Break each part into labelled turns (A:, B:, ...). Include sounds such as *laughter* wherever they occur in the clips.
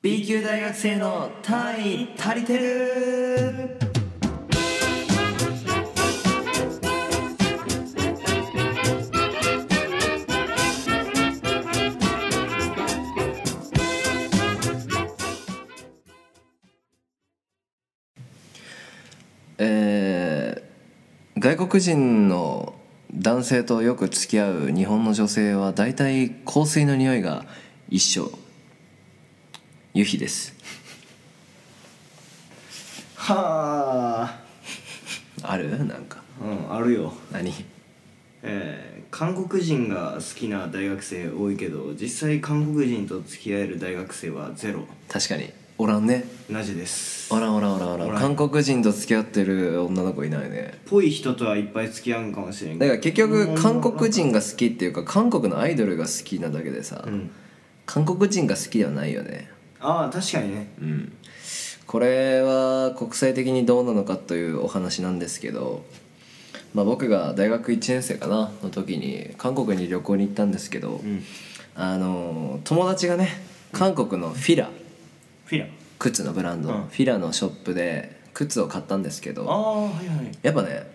A: B 級大学生の単位足りてる
B: えー外国人の男性とよく付き合う日本の女性は大体香水の匂いが一緒ユヒです
A: はあ
B: あるなんか
A: うんあるよ
B: 何
A: えー、韓国人が好きな大学生多いけど実際韓国人と付き合える大学生はゼロ
B: 確かにおらんね
A: なしです
B: おらんおらんおらんおらん
A: おらん
B: 韓国人と付き合ってる女の子いないね
A: ぽい人とはいっぱい付き合うんかもしれん
B: だ
A: け
B: か
A: ど
B: ら結局韓国人が好きっていうか韓国のアイドルが好きなだけでさ、
A: うん
B: 韓国人が好きではないよね
A: ああ確かにね
B: うん、これは国際的にどうなのかというお話なんですけど、まあ、僕が大学1年生かなの時に韓国に旅行に行ったんですけど、
A: ん
B: あの友達がね韓国のフィラ
A: フィラ
B: 靴のブランド、
A: うん
B: フィラのショップで靴を買ったんですけ
A: あ
B: ど
A: あはいはい
B: やっぱね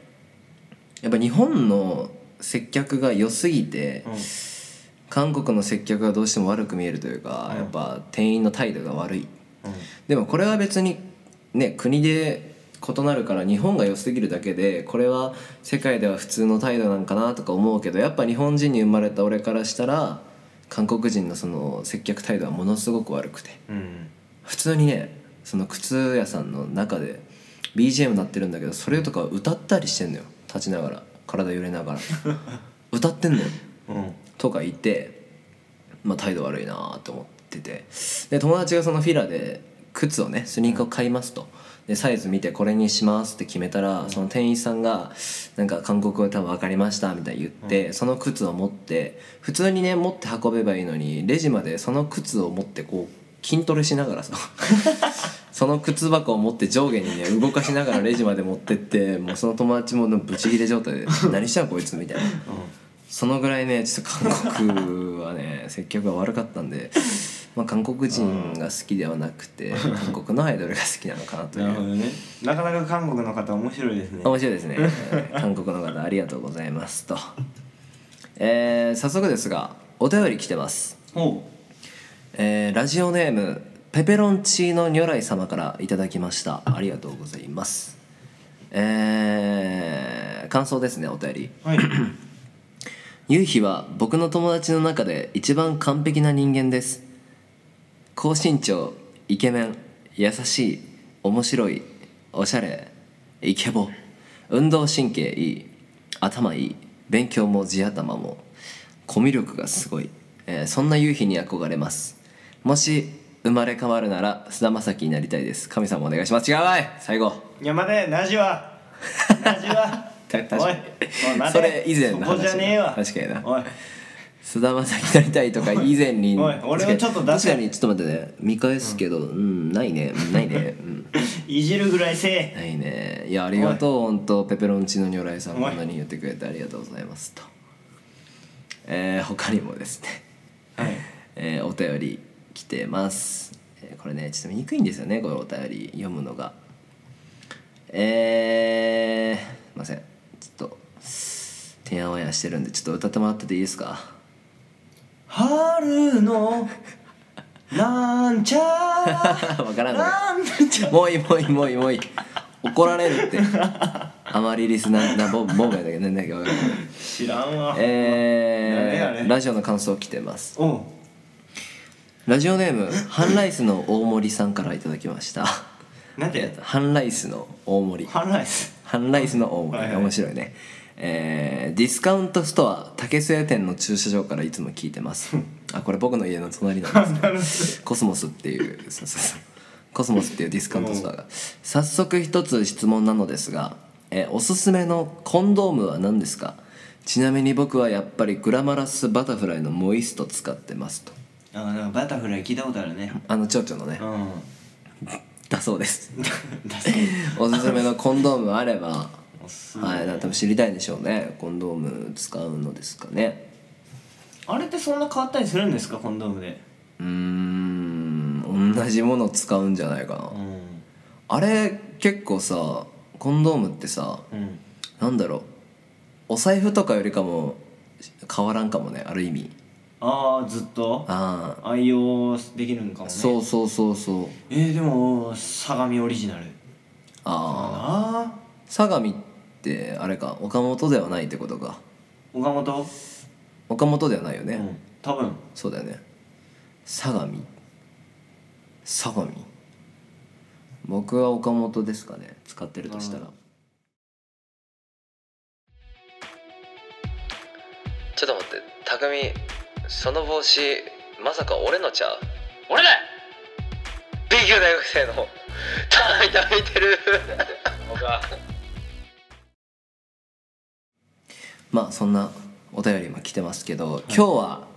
B: やっぱ日本の接客が良すぎて、
A: う
B: 韓国の接客がどうしても悪く見えるというか、
A: うん
B: やっぱ店員の態度が悪い。
A: ん
B: でもこれは別にね国で異なるから日本が良すぎるだけでこれは世界では普通の態度なんかなとか思うけどやっぱ日本人に生まれた俺からしたら韓国人のその接客態度はものすごく悪くて
A: うんうん
B: 普通にねその靴屋さんの中で BGM 鳴ってるんだけどそれとか歌ったりしてんのよ立ちながら体揺れながら歌ってんのよ
A: うん
B: とかいて、まあ、態度悪いなと思っててで友達がそのフィラで靴をねスニーカーを買いますとでサイズ見てこれにしますって決めたらその店員さんがなんか韓国語で多分分かりましたみたいに言ってその靴を持って普通にね持って運べばいいのにレジまでその靴を持ってこう筋トレしながらさその靴箱を持って上下にね動かしながらレジまで持ってってもうその友達もブチギレ状態で「何したんこいつ」みたいな。そのぐらいねちょっと韓国はね *laughs* 接客が悪かったんで、まあ、韓国人が好きではなくて韓国のアイドルが好きなのかなとい
A: なるほど
B: う
A: ねなかなか韓国の方面白いですね
B: 面白いですね
A: *laughs*
B: 韓国の方ありがとうございますと、えー早速ですがお便り来てます、
A: おう
B: えーラジオネームペペロンチーノ如来様からいただきましたありがとうございますえー感想ですねお便り *coughs*
A: はい
B: ゆうひは僕の友達の中で一番完璧な人間です高身長イケメン優しい面白いおしゃれイケボ運動神経いい頭いい勉強も地頭もコミュ力がすごい、えーそんなゆうひに憧れますもし生まれ変わるなら菅田将暉になりたいです神様お願いします違うわい最後
A: 山でナジ
B: *laughs*
A: はナジは
B: た確かに
A: おいおい待て
B: それ以前の話
A: そこじゃねえわ
B: 確かにな
A: おい
B: 菅田将暉になりたいとか以前に
A: おい俺をちょっと出
B: 確
A: せ
B: かにちょっと待ってね見返すけどうん、ないねうんないね、うん、
A: いじるぐらいせえ
B: ないねいやありがとう本当ペペロンチーノ如来さん
A: おい
B: こんなに言ってくれてありがとうございますとえー、他にもですね、
A: はい
B: えーお便り来てます、えーこれねちょっと見にくいんですよねこれお便り読むのがえー、すいませんちょっとてんやわんやしてるんでちょっと歌ってもらってていいですか
A: 春のなんちゃ
B: *laughs* わからんこれ
A: なんちゃ
B: もういいもういいもういいもういい怒られるってあまりリスナーなボボブやだけどねなんだっけわかんない
A: *laughs* 知らんわやれ
B: え
A: や
B: ー、
A: れ
B: ラジオの感想来てます
A: おう
B: ラジオネームハンライスの大森さんからいただきました
A: なんて
B: ハンライスの大森
A: ハンライス
B: ハンライスの大森、
A: はいはい
B: 面白いね、えーディスカウントストア竹末店の駐車場からいつも聞いてます
A: *laughs*
B: あこれ僕の家の隣なんですけどコスモスっていうそうそうそうコスモスっていうディスカウントストアが早速一つ質問なのですが、えーおすすめのコンドームは何ですかちなみに僕はやっぱりグラマラスバタフライのモイスト使ってますと
A: あなんかバタフライ聞いたことあるね
B: あの蝶々のね
A: う
B: だそうです
A: ん *laughs* だそ
B: *laughs*
A: う
B: おすすめのコンドームあれば
A: おすすめ
B: はい、だから多分知りたいんでしょうねコンドーム使うのですかね
A: あれってそんな変わったりするんですかコンドームで
B: うーん同同じもの使うんじゃないかな
A: うん
B: あれ結構さコンドームってさ
A: うん
B: なんだろうお財布とかよりかも変わらんかもねある意味
A: ああずっと
B: あ
A: 愛用できるんかも
B: あ
A: ね
B: そうそうそうそう
A: えー、でも相模オリジナル
B: ああ
A: ああ
B: 相模ってあれか岡本ではないってことか
A: 岡本
B: 岡本ではないよね、
A: うん多分
B: そうだよね相模相模僕は岡本ですかね使ってるとしたらちょっと待って匠その帽子まさか俺のちゃう俺だ B 級大学生のたいたいてるまあそんなお便りも来てますけど、今日は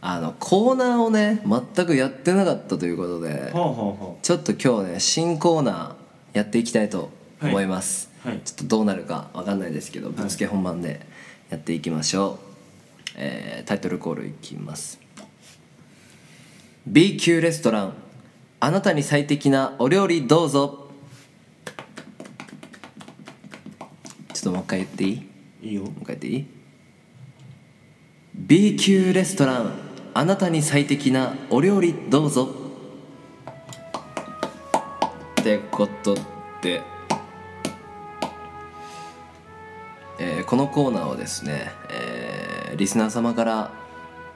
B: あのコーナーをね全くやってなかったということで
A: ほうほ
B: ちょっと今日ね新コーナーやっていきたいと思います、
A: うほうはい
B: ちょっとどうなるかわかんないですけどぶっつけ本番でやっていきましょう、えータイトルコールいきます B 級レストランあなたに最適なお料理どうぞちょっともう一回言っていい
A: いいよ
B: もう一回やっていい B 級レストランあなたに最適なお料理どうぞってことで、えーこのコーナーはですね、えーリスナー様から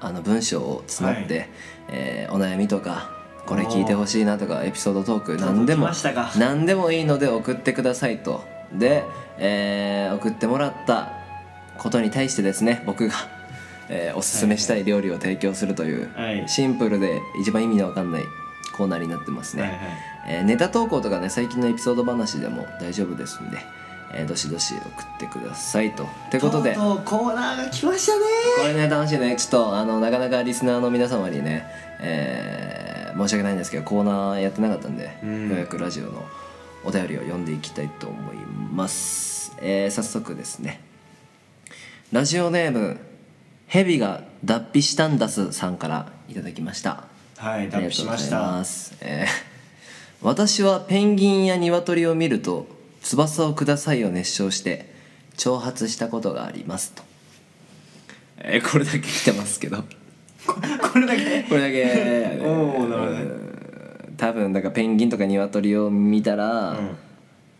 B: あの文章を募って、
A: は
B: えーお悩みとかこれ聞いてほしいなとかエピソードトーク何で
A: 届き
B: も
A: ましたか
B: 何でもいいので送ってくださいとで、えー送ってもらったことに対してですね僕が、えーおすすめしたい料理を提供するという、
A: はい
B: シンプルで一番意味のわかんないコーナーになってますね、
A: はいはい
B: えーネタ投稿とかね最近のエピソード話でも大丈夫ですんで、えーどしどし送ってくださいとってことで
A: とうとうコーナーが来ましたね
B: これね楽しいねちょっとあのなかなかリスナーの皆様にね、えー申し訳ないんですけどコーナーやってなかったんで、
A: うん
B: ようやくラジオのお便りを読んでいきたいと思います、えー早速ですねラジオネーム「ヘビが脱皮したんだす」さんからいただきました
A: はい
B: あ
A: ダ
B: りが
A: ップ
B: と
A: し
B: うご
A: ま
B: ざ
A: し
B: い
A: た
B: ます。えー私はペンギンや鶏を見ると「翼をください」を熱唱して挑発したことがありますと、えーこれだけ来てますけど *laughs*
A: これだけ
B: これだけ、
A: おーなるほどね
B: うん多分だからペンギンとか鶏を見たら、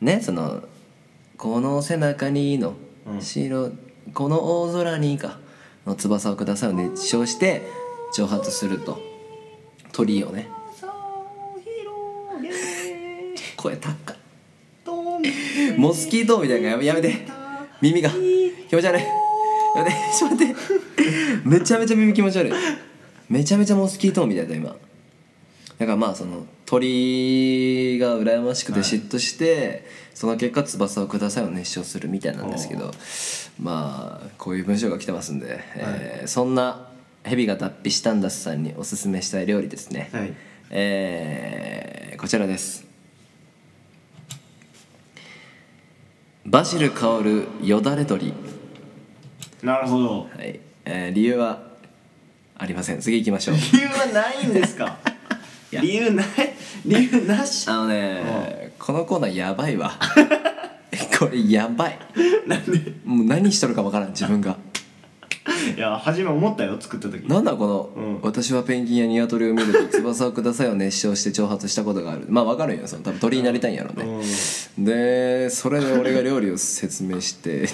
B: ねその「この背中に」の「
A: うん
B: 白、この大空に」かの「翼をください」を熱唱して挑発すると鳥をね声高っモスキートみたいなのやめやめて耳が気持ち悪いやめてちょっと待ってめちゃめちゃ耳気持ち悪いめちゃめちゃモスキートみたいだ今だからまあその鳥が羨ましくて嫉妬して、その結果翼をくださいを熱唱するみたいなんですけどまあこういう文章が来てますんで、えーそんな蛇が脱皮したんだすさんにおすすめしたい料理ですね、
A: はい
B: えーこちらですバジル香るよだれ鶏、
A: なるほど
B: はいえー理由はありません次行きましょう
A: 理由はないんですか
B: や
A: 理由ない理由なし
B: あのねこのコーナーやばいわ *laughs* これやばい
A: なんで
B: もう何しとるかわからん自分が
A: いや初め思ったよ作った時
B: なんだこの、
A: うん
B: 私はペンギンやニワトリを見ると *laughs* 翼をください」を熱唱して挑発したことがあるまあわかるんよその多分鳥になりたいんやろうね、でそれで俺が料理を説明してで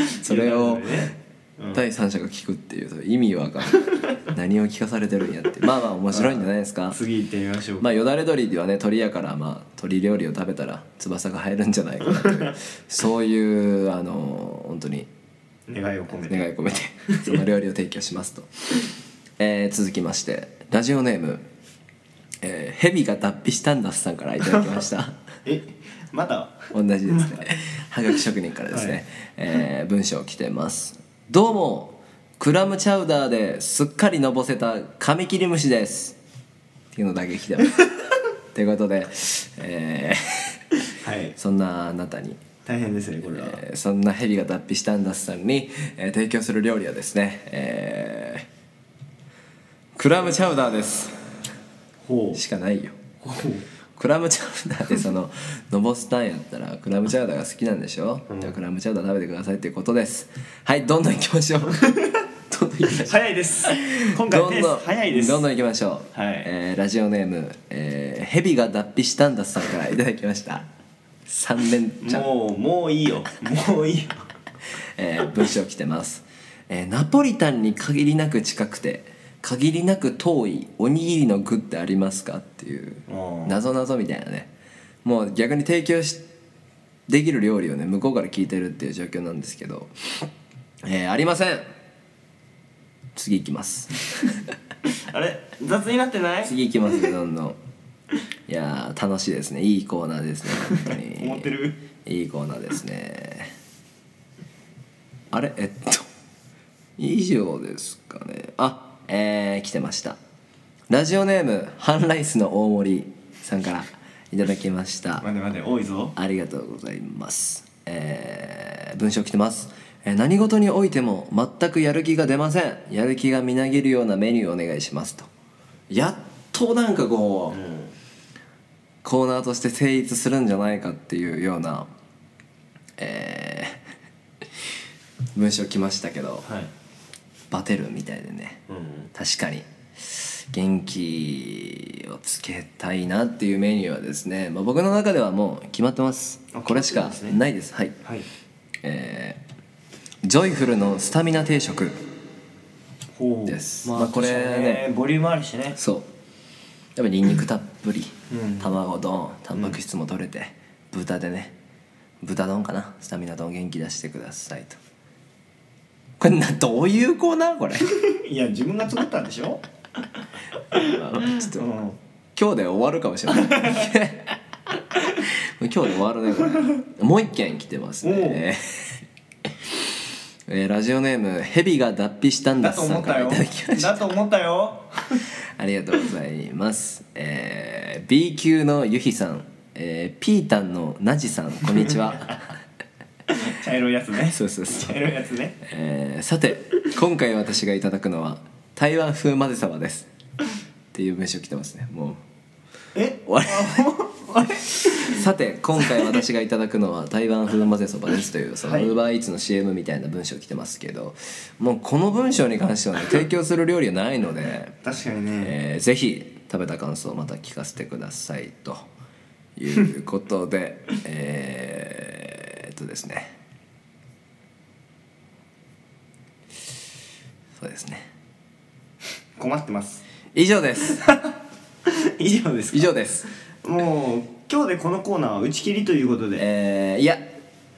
A: *laughs*
B: それを
A: いやなるほどねうん
B: 第三者が聞くっていう意味わかん
A: *laughs*
B: ない何を聞かされてるんやってまあまあ面白いんじゃないですか
A: 次行ってみましょう
B: まあよだれ鳥はね鳥やからまあ鳥料理を食べたら翼が生えるんじゃないかなと
A: *laughs*
B: いうそういうあの本当に
A: 願いを込め
B: 願
A: て
B: い込めてその料理を提供しますと、えー続きましてラジオネーム「えー、蛇が脱皮したんだ」さんからいただきま
A: *laughs*
B: した。
A: えまだ
B: 同じですねはがき職人からですね、
A: はい
B: えー文章来てますどうもクラムチャウダーですっかりのぼせたカミキリムシですっていうのだけ来てます
A: *laughs*
B: ということで、えー
A: はい
B: そんなあなたに、
A: 大変ですねこれは
B: えーそんなヘビが脱皮したんださんに、えー提供する料理はですね、えークラムチャウダーです
A: ほう
B: しかないよ
A: ほ
B: クラムチャウダーでそ
A: *laughs*
B: ののぼすたんやったらクラムチャウダーが好きなんでしょ、じゃあクラムチャウダー食べてくださいっていうことですはいどんどんいきま
A: *laughs*
B: しょうどんどんいきましょう
A: う早いです
B: *laughs*
A: 今回
B: ど
A: ペ
B: ん
A: ー
B: どん
A: ス早いです
B: どんどん行きましょう、
A: はい
B: えーラジオネーム、えー、蛇が脱皮したんださんからいただきました3連チャン、
A: もうもういいよもういいよ
B: えー文章来てます、えーナポリタンに限りなく近くて限りなく遠いおにぎりの具ってありますかっていう
A: ああ
B: 謎謎みたいなねもう逆に提供しできる料理をね向こうから聞いてるっていう状況なんですけど、えーありません次行きます
A: *laughs* あれ雑になってない
B: 次行きますねどんどんいやー楽しいですねいいコーナーですね本当に
A: 思ってる
B: いいコーナーですねあれえっと以上ですかねあえー、来てましたラジオネームハンライスの大森さんからいただきました
A: 待て待て多いぞ
B: ありがとうございます。えー文章来てます。えー何事においても全くやる気が出ません。やる気がみなぎるようなメニューお願いしますと。やっとなんかこう、
A: うん
B: コーナーとして成立するんじゃないかっていうような、えー文章来ましたけど、
A: はい
B: バテるみたいでね。
A: うん
B: 確かに元気をつけたいなっていうメニューはですね、まあ、僕の中ではもう決まってます
A: あ
B: これしか
A: 決まってるんですね
B: ないですはい
A: はい
B: えージョイフルのスタミナ定食
A: ほう
B: です
A: まあ
B: まあこれね
A: ボリュームあるしね
B: そうやっぱりニンニクたっぷり、
A: うん
B: 卵丼タンパク質も取れて、豚でね豚丼かなスタミナ丼元気出してくださいとこれなどういうコーナー
A: *laughs*
B: これ
A: いや自分が作ったんでしょ
B: あのちょっと
A: うん
B: 今日で終わるかもしれない *laughs* 今日で終わるねこれもう一件来てますね *laughs* えーラジオネーム「ヘビが脱皮したん
A: だ
B: だ」
A: と
B: さ
A: 思
B: ん
A: っ
B: か
A: た
B: らい
A: よ
B: ただきました
A: だと思ったよ
B: ありがとうございます、えー B 級のゆひさん、えー、ピータンのなじさんこんに
A: *laughs*
B: ちは
A: 茶色いやつね
B: *laughs* そうそうそう
A: 茶色いやつね
B: えーさて今回私がいただくのは台湾風混ぜそばですっていう文章来てますねもう
A: え
B: 終わりさて今回私がいただくのは台湾風混ぜそばですというその
A: は
B: ウ
A: い
B: ーバーイーツの CM みたいな文章来てますけどもうこの文章に関してはね提供する料理はないので、
A: 確かにね
B: えーぜひ食べた感想をまた聞かせてくださいということで *laughs* えーっとですねそうですね
A: 困ってます
B: 以上です
A: 以上です
B: 以上です
A: もう今日でこのコーナーは打ち切りということで
B: えーいや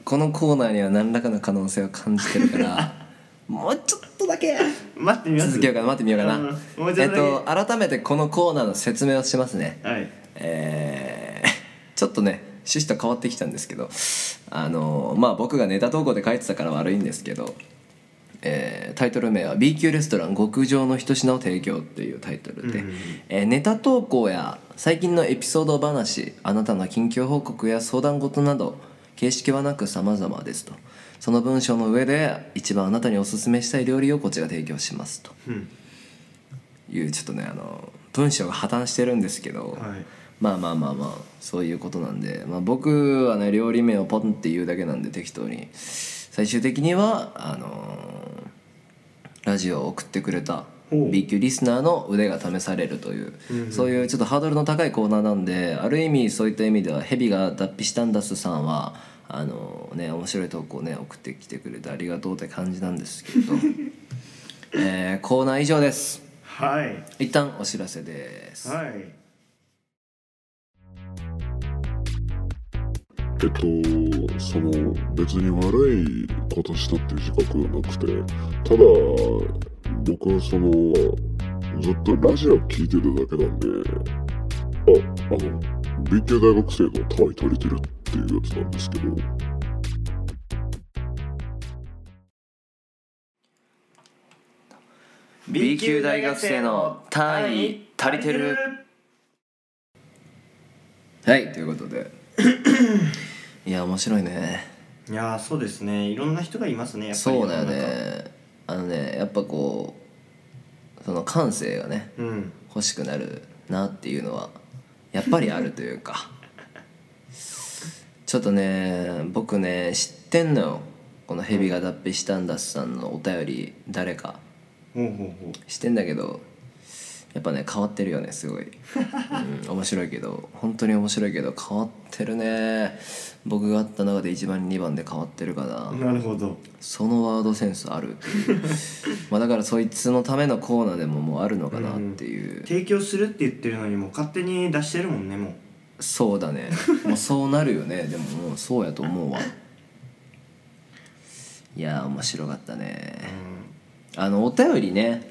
B: このコーナーには何らかの可能性を感じてるから
A: *laughs*
B: もうちょっとだけ
A: 待ってみます
B: 続けようかな待ってみようかな、
A: うんもうち
B: え
A: ょ
B: っ
A: っとだけ
B: と改めてこのコーナーの説明をしますね
A: はい
B: えー *laughs* ちょっとね趣旨と変わってきたんですけどあのまあ僕がネタ投稿で書いてたから悪いんですけど、えータイトル名は「B 級レストラン極上の一品を提供」っていうタイトルで、
A: うんうんうん
B: えーネタ投稿や最近のエピソード話あなたの近況報告や相談事など形式はなく様々ですとその文章の上で一番あなたにおすすめしたい料理をこちら提供しますと
A: うん
B: いうちょっとねあの文章が破綻してるんですけど、
A: はい
B: まあまあまあまあそういうことなんで、まあ、僕はね料理名をポンって言うだけなんで適当に最終的にはあのーラジオを送ってくれた
A: ほう
B: B 級リスナーの腕が試されるという、
A: うんうん
B: そういうちょっとハードルの高いコーナーなんである意味そういった意味ではヘビが脱皮したんだすさんはあのーね面白い投稿をね送ってきてくれてありがとうって感じなんですけ
A: *laughs*
B: ど、えーコーナー以上です
A: はい
B: 一旦お知らせです。
A: はい
C: えっと、その別に悪いことしたっていう自覚はなくてただ僕はそのずっとラジオ聞いてるだけなんでああの B 級大学生の単位足りてるっていうやつなんですけど
B: はいということで *coughs* いや面白いね
A: いやーそうですねいろんな人がいますねやっぱり
B: そうだよねあのねやっぱこうその感性がね
A: うん
B: 欲しくなるなっていうのはやっぱりあるという *laughs* かちょっとね僕ね知ってんのよこの「ヘビが脱皮したんだっす」さんのお便り誰か
A: ほうほうほ
B: 知ってんだけどやっぱね変わってるよねすごい、うん、面白いけど本当に面白いけど変わってるね僕が会った中で1番2番で変わってるかな、
A: うなるほど
B: そのワードセンスあるっていうまあだからそいつのためのコーナーでももうあるのかなっていう、
A: 提供するって言ってるのにもう勝手に出してるもんねも
B: そうだねもうそうなるよねでももうそうやと思うわいやー面白かった
A: う、
B: ねあのお便りね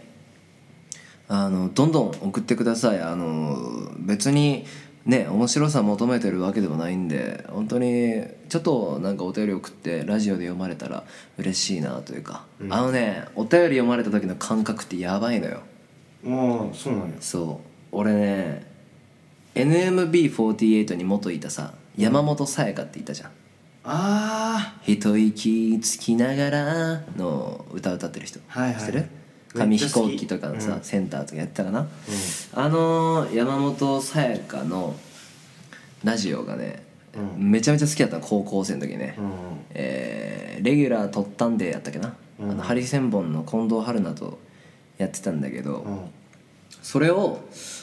B: あのどんどん送ってくださいあの別にね面白さ求めてるわけでもないんで本当にちょっとなんかお便り送ってラジオで読まれたら嬉しいなというか、
A: うん
B: あのねお便り読まれた時の感覚ってやばいのよ
A: うん、ああそうなんや
B: そう俺ね NMB48 に元いたさ山本さやかっていたじゃん
A: あ
B: 「一息つきながら」の歌歌ってる人、
A: はいはい
B: 知ってる
A: め
B: 紙
A: っちゃ
B: 飛
A: 好き
B: 行機とかのさ、
A: うん
B: センターとかやってたかな、あのー山本さやかのラジオがね、
A: う
B: めちゃめちゃ好きだったの高校生の時ね、
A: あうん
B: えーレギュラー取ったんでやったっけな、
A: うん
B: あのハリセンボンの近藤春菜とやってたんだけど、
A: うん
B: それを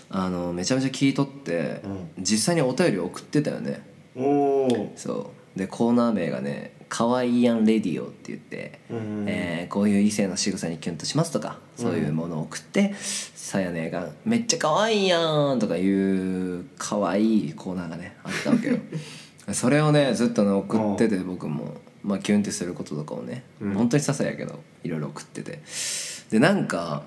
B: あのめちゃめちゃ聞いとって、
A: う
B: 実際にお便り送ってたよね
A: おお
B: そうでコーナー名がね「かわいいやんレディオ」って言って、
A: うん
B: えーこういう異性の仕草にキュンとしますとかそういうものを送って、さやねが「めっちゃかわいいやん」とかいうかわいいコーナーがねあったわけ
A: *laughs*
B: よそれをねずっとね送ってて僕も、まあ、キュンってすることとかをね、
A: うん
B: 本当に些細やけどいろいろ送っててでなんか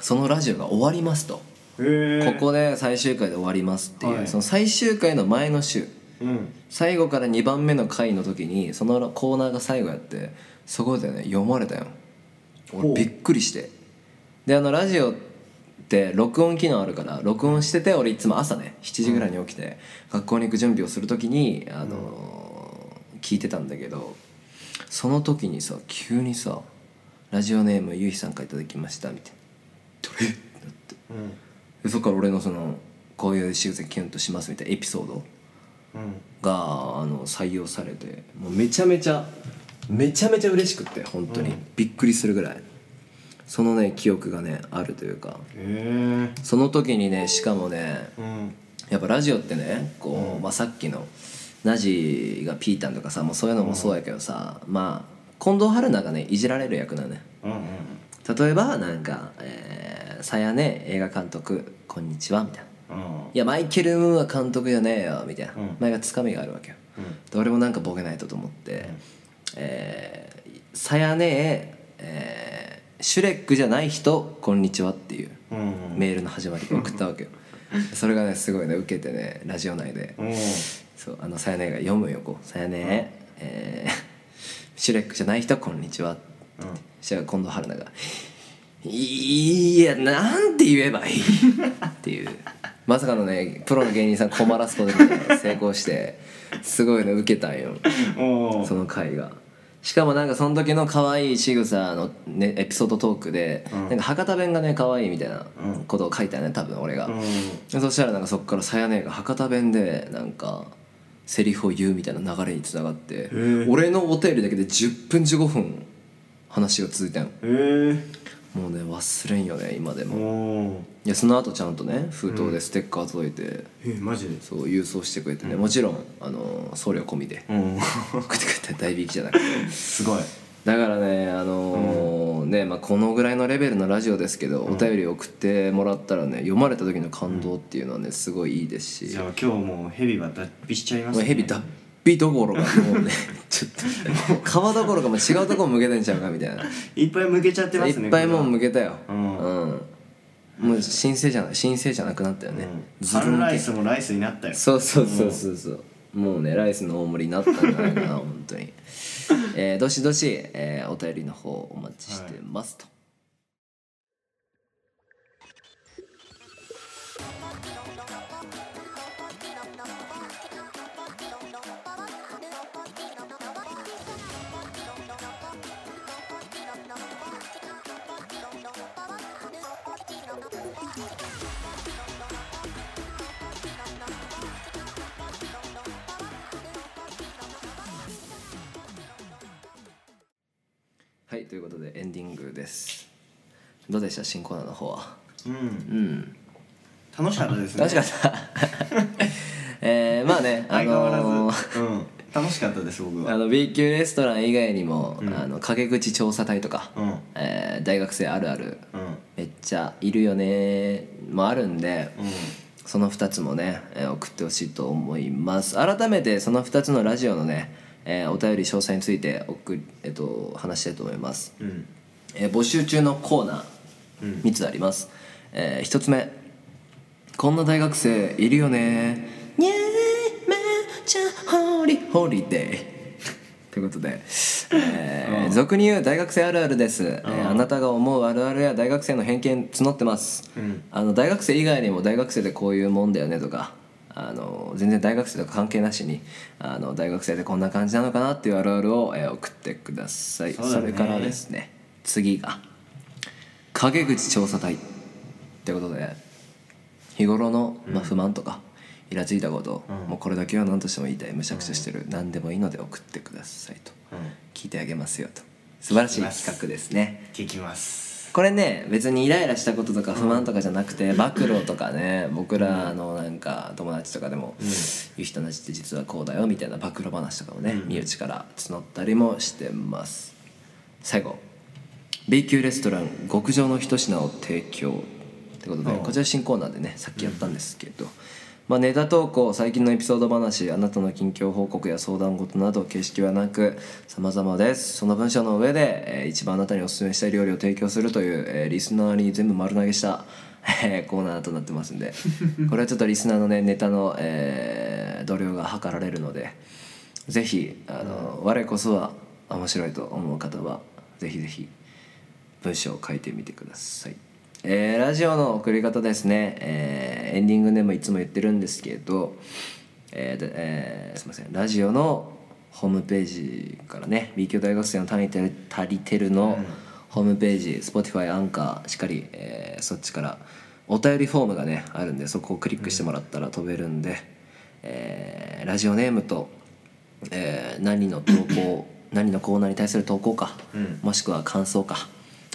B: そのラジオが終わりますと、
A: へえ
B: ここで最終回で終わりますっていう、
A: はい
B: その最終回の前の週
A: うん
B: 最後から2番目の回の時にそのコーナーが最後やってそこでね読まれたよ
A: ほ
B: 俺
A: う
B: びっくりしてであのラジオって録音機能あるから録音してて俺いつも朝ね7時ぐらいに起きて学校に行く準備をする時に、あのー聞いてたんだけどその時にさ急にさ「ラジオネームゆうひさんからいただきました」みたいな「どれ?」ってなって
A: うん
B: でそっから俺のそのこういう仕草にキュンとしますみたいなエピソード
A: うん
B: があの採用されてもうめちゃめちゃめちゃめちゃ嬉しくって本当に、
A: うん
B: びっくりするぐらいそのね記憶がねあるというか
A: へえ
B: その時にねしかもね
A: うん
B: やっぱラジオってねこう、まあ、さっきのナジがピータンとかさもうそういうのもそうやけどさ、まあ近藤春菜がねいじられる役なのね
A: うん
B: 例えばなんか「えー、さやね映画監督こんにちは」みたいな「
A: うんうん
B: いやマイケル・ムーは監督じゃねえよ」みたいな、
A: うん
B: 前がつかみがあるわけよ、
A: うん
B: で俺もなんかボケないとと思って「えーさやねええーシュレックじゃない人こんにちは」っていう
A: うん
B: メールの始まりを送ったわけよそれがねすごいね受けてねラジオ内で
A: おお
B: そうあのさやねが読むよこう「さやねえー *laughs* シュレックじゃない人こんにちは」
A: うん
B: そしたら今度春菜が「いやなんて言えばいい」っていうまさかのねプロの芸人さん困らすことにね成功してすごいね受けたんよ
A: おお
B: その回がしかもなんかその時の可愛い仕草のねエピソードトークで、
A: うん
B: なんか博多弁がね可愛いみたいな
A: うん
B: ことを書いたよね多分俺が、
A: うん
B: でそしたらなんかそっからさやねが博多弁でなんかセリフを言うみたいな流れにつながって
A: え
B: 俺のお便りだけで10分15分話が続いたの
A: へえ
B: もうね忘れんよね今で
A: お
B: も
A: お
B: いやその後ちゃんとね封筒でステッカー届いて、
A: えマジで
B: そう郵送してくれてね、もちろんあの送料込みで、
A: うん
B: 送ってくれた大引き *laughs* じゃなくて
A: すごい
B: だからねあのーね、まあ、このぐらいのレベルのラジオですけど、お便り送ってもらったらね読まれた時の感動っていうのはねすごいいいですし、
A: じゃあ今日もうヘビは脱皮しちゃいます
B: もう
A: ね
B: ヘビ脱皮どころかも
A: *laughs*
B: うねちょっと皮どころかもう違うところ向けてんちゃうかみたいない
A: っぱい向けちゃってますね
B: いっぱいもう
A: こ
B: 向けたよ
A: う
B: うんん、もう新生じゃない新生じゃなくなったよね
A: れは、うん
B: ずる
A: サ
B: 向
A: ン
B: け
A: ライスもライスになったよ
B: そうそうそうそうそう、もうねライスの大盛りになったんじゃないかな本当に、えー、どしどし、えーお便りの方お待ちしてますと、
D: 「
B: ということでエンディングですどうでした新コーナーの方は
A: うん
B: うん
A: 楽しかったですね
B: 楽しかった *laughs* えー、まあねあ
A: 相変わらず、
B: のー
A: うん楽しかったです
B: *laughs*
A: 僕
B: あ
A: は
B: の B 級レストラン以外にも、
A: うん
B: あの陰口調査隊とか、
A: うんうん
B: えー大学生あるある
A: うん
B: めっちゃいるよねもあるんで、その2つもね、えー送ってほしいと思います改めてその2つのラジオのね、えーお便り詳細について送り、えっと話したいと思います、
A: うん
B: えー募集中のコーナー3つあります、え1つ目こんな大学生いるよねにゃーめちゃホリホリデーということで、えー俗に言う大学生あるあるです、えーあなたが思うあるあるや大学生の偏見募ってます、
A: うん
B: あの大学生以外にも大学生でこういうもんだよねとかあの全然大学生とか関係なしにあの大学生でこんな感じなのかなっていうあるあるを、えー送ってください
A: そうだね
B: それからですね次が陰口調査隊ってことで日頃の、まあ、不満とか、イラついたこと、
A: うん
B: もうこれだけは何としても言いたいむしゃくちゃしてる、何でもいいので送ってくださいと、
A: うん
B: 聞いてあげますよと素晴らしい
A: 聞きます
B: 企画ですね
A: 聞きます
B: これね別にイライラしたこととか不満とかじゃなくて、暴露とかね僕らのなんか友達とかでも「ゆきとなじって実はこうだよ」みたいな暴露話とかもね、
A: うん
B: 身内から募ったりもしてます最後 B 級レストラン極上の一品を提供ってことで
A: うん
B: こちら新コーナーでねさっきやったんですけど、まあ、ネタ投稿最近のエピソード話あなたの近況報告や相談事など形式はなく様々ですその文章の上で、えー一番あなたにお勧めしたい料理を提供するという、えーリスナーに全部丸投げした、えーコーナーとなってますんでこれはちょっとリスナーのねネ *laughs* タの、えー度量が測られるのでぜひあの、我こそは面白いと思う方はぜひぜひ文章を書いてみてください、えーラジオの送り方ですね、えーエンディングでもいつも言ってるんですけど、えーでえーすいませんラジオのホームページからね B 級大学生の単位てる足りてるの、ホームページ Spotify アンカーしっかり、えーそっちからお便りフォームがねあるんでそこをクリックしてもらったら飛べるんで、えーラジオネームと、えー何の投稿何のコーナーに対する投稿か、
A: うん
B: もしくは感想か、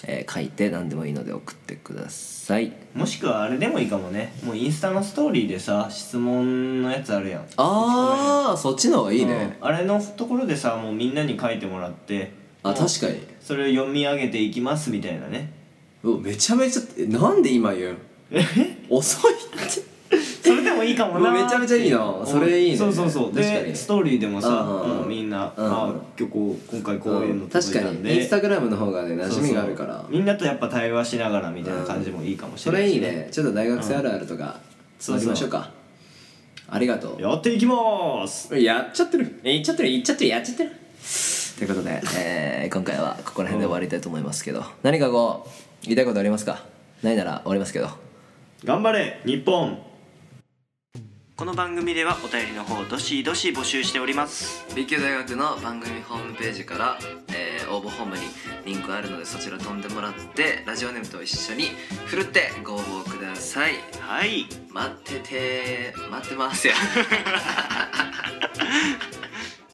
B: えー書いて何でもいいので送ってください
A: もしくはあれでもいいかもねもうインスタのストーリーでさ質問のやつあるやん
B: ああそっちの方がいいね、
A: うんあれのところでさもうみんなに書いてもらって
B: あ確かに
A: それを読み上げていきますみたいなね
B: うわめちゃめちゃえなんで今言う遅い *laughs* って
A: それでもいいかもな
B: めちゃめちゃいいなそれいいね
A: そうそうそう
B: 確か
A: で
B: に
A: ストーリーでもさ
B: うんうんうん
A: もうみんな
B: うん
A: あ今日こう今回こういうの
B: 確
A: 届い
B: か
A: たん
B: にイン
A: で
B: スタグラムの方がね馴染みがあるから
A: そうそうみんなとやっぱ対話しながらみたいな感じもいいかもし
B: そ
A: れない
B: れい
A: し
B: いねちょっと大学生あるあるとかつなぎましょうかありがと
A: やっていきます
B: うやっちゃってるいっちゃってるいっちゃってるやっちゃってるということで、えー今回はここら辺で終わりたいと思いますけど何かこう言いたいことありますかないなら終わりますけど
A: 頑張れ日本この番組ではお便りの方どしどし募集しております
B: B 級大学の番組ホームページから、えー応募ホームにリンクあるのでそちら飛んでもらってラジオネームと一緒にふるってご応募ください
A: はい
B: 待ってて待ってますよ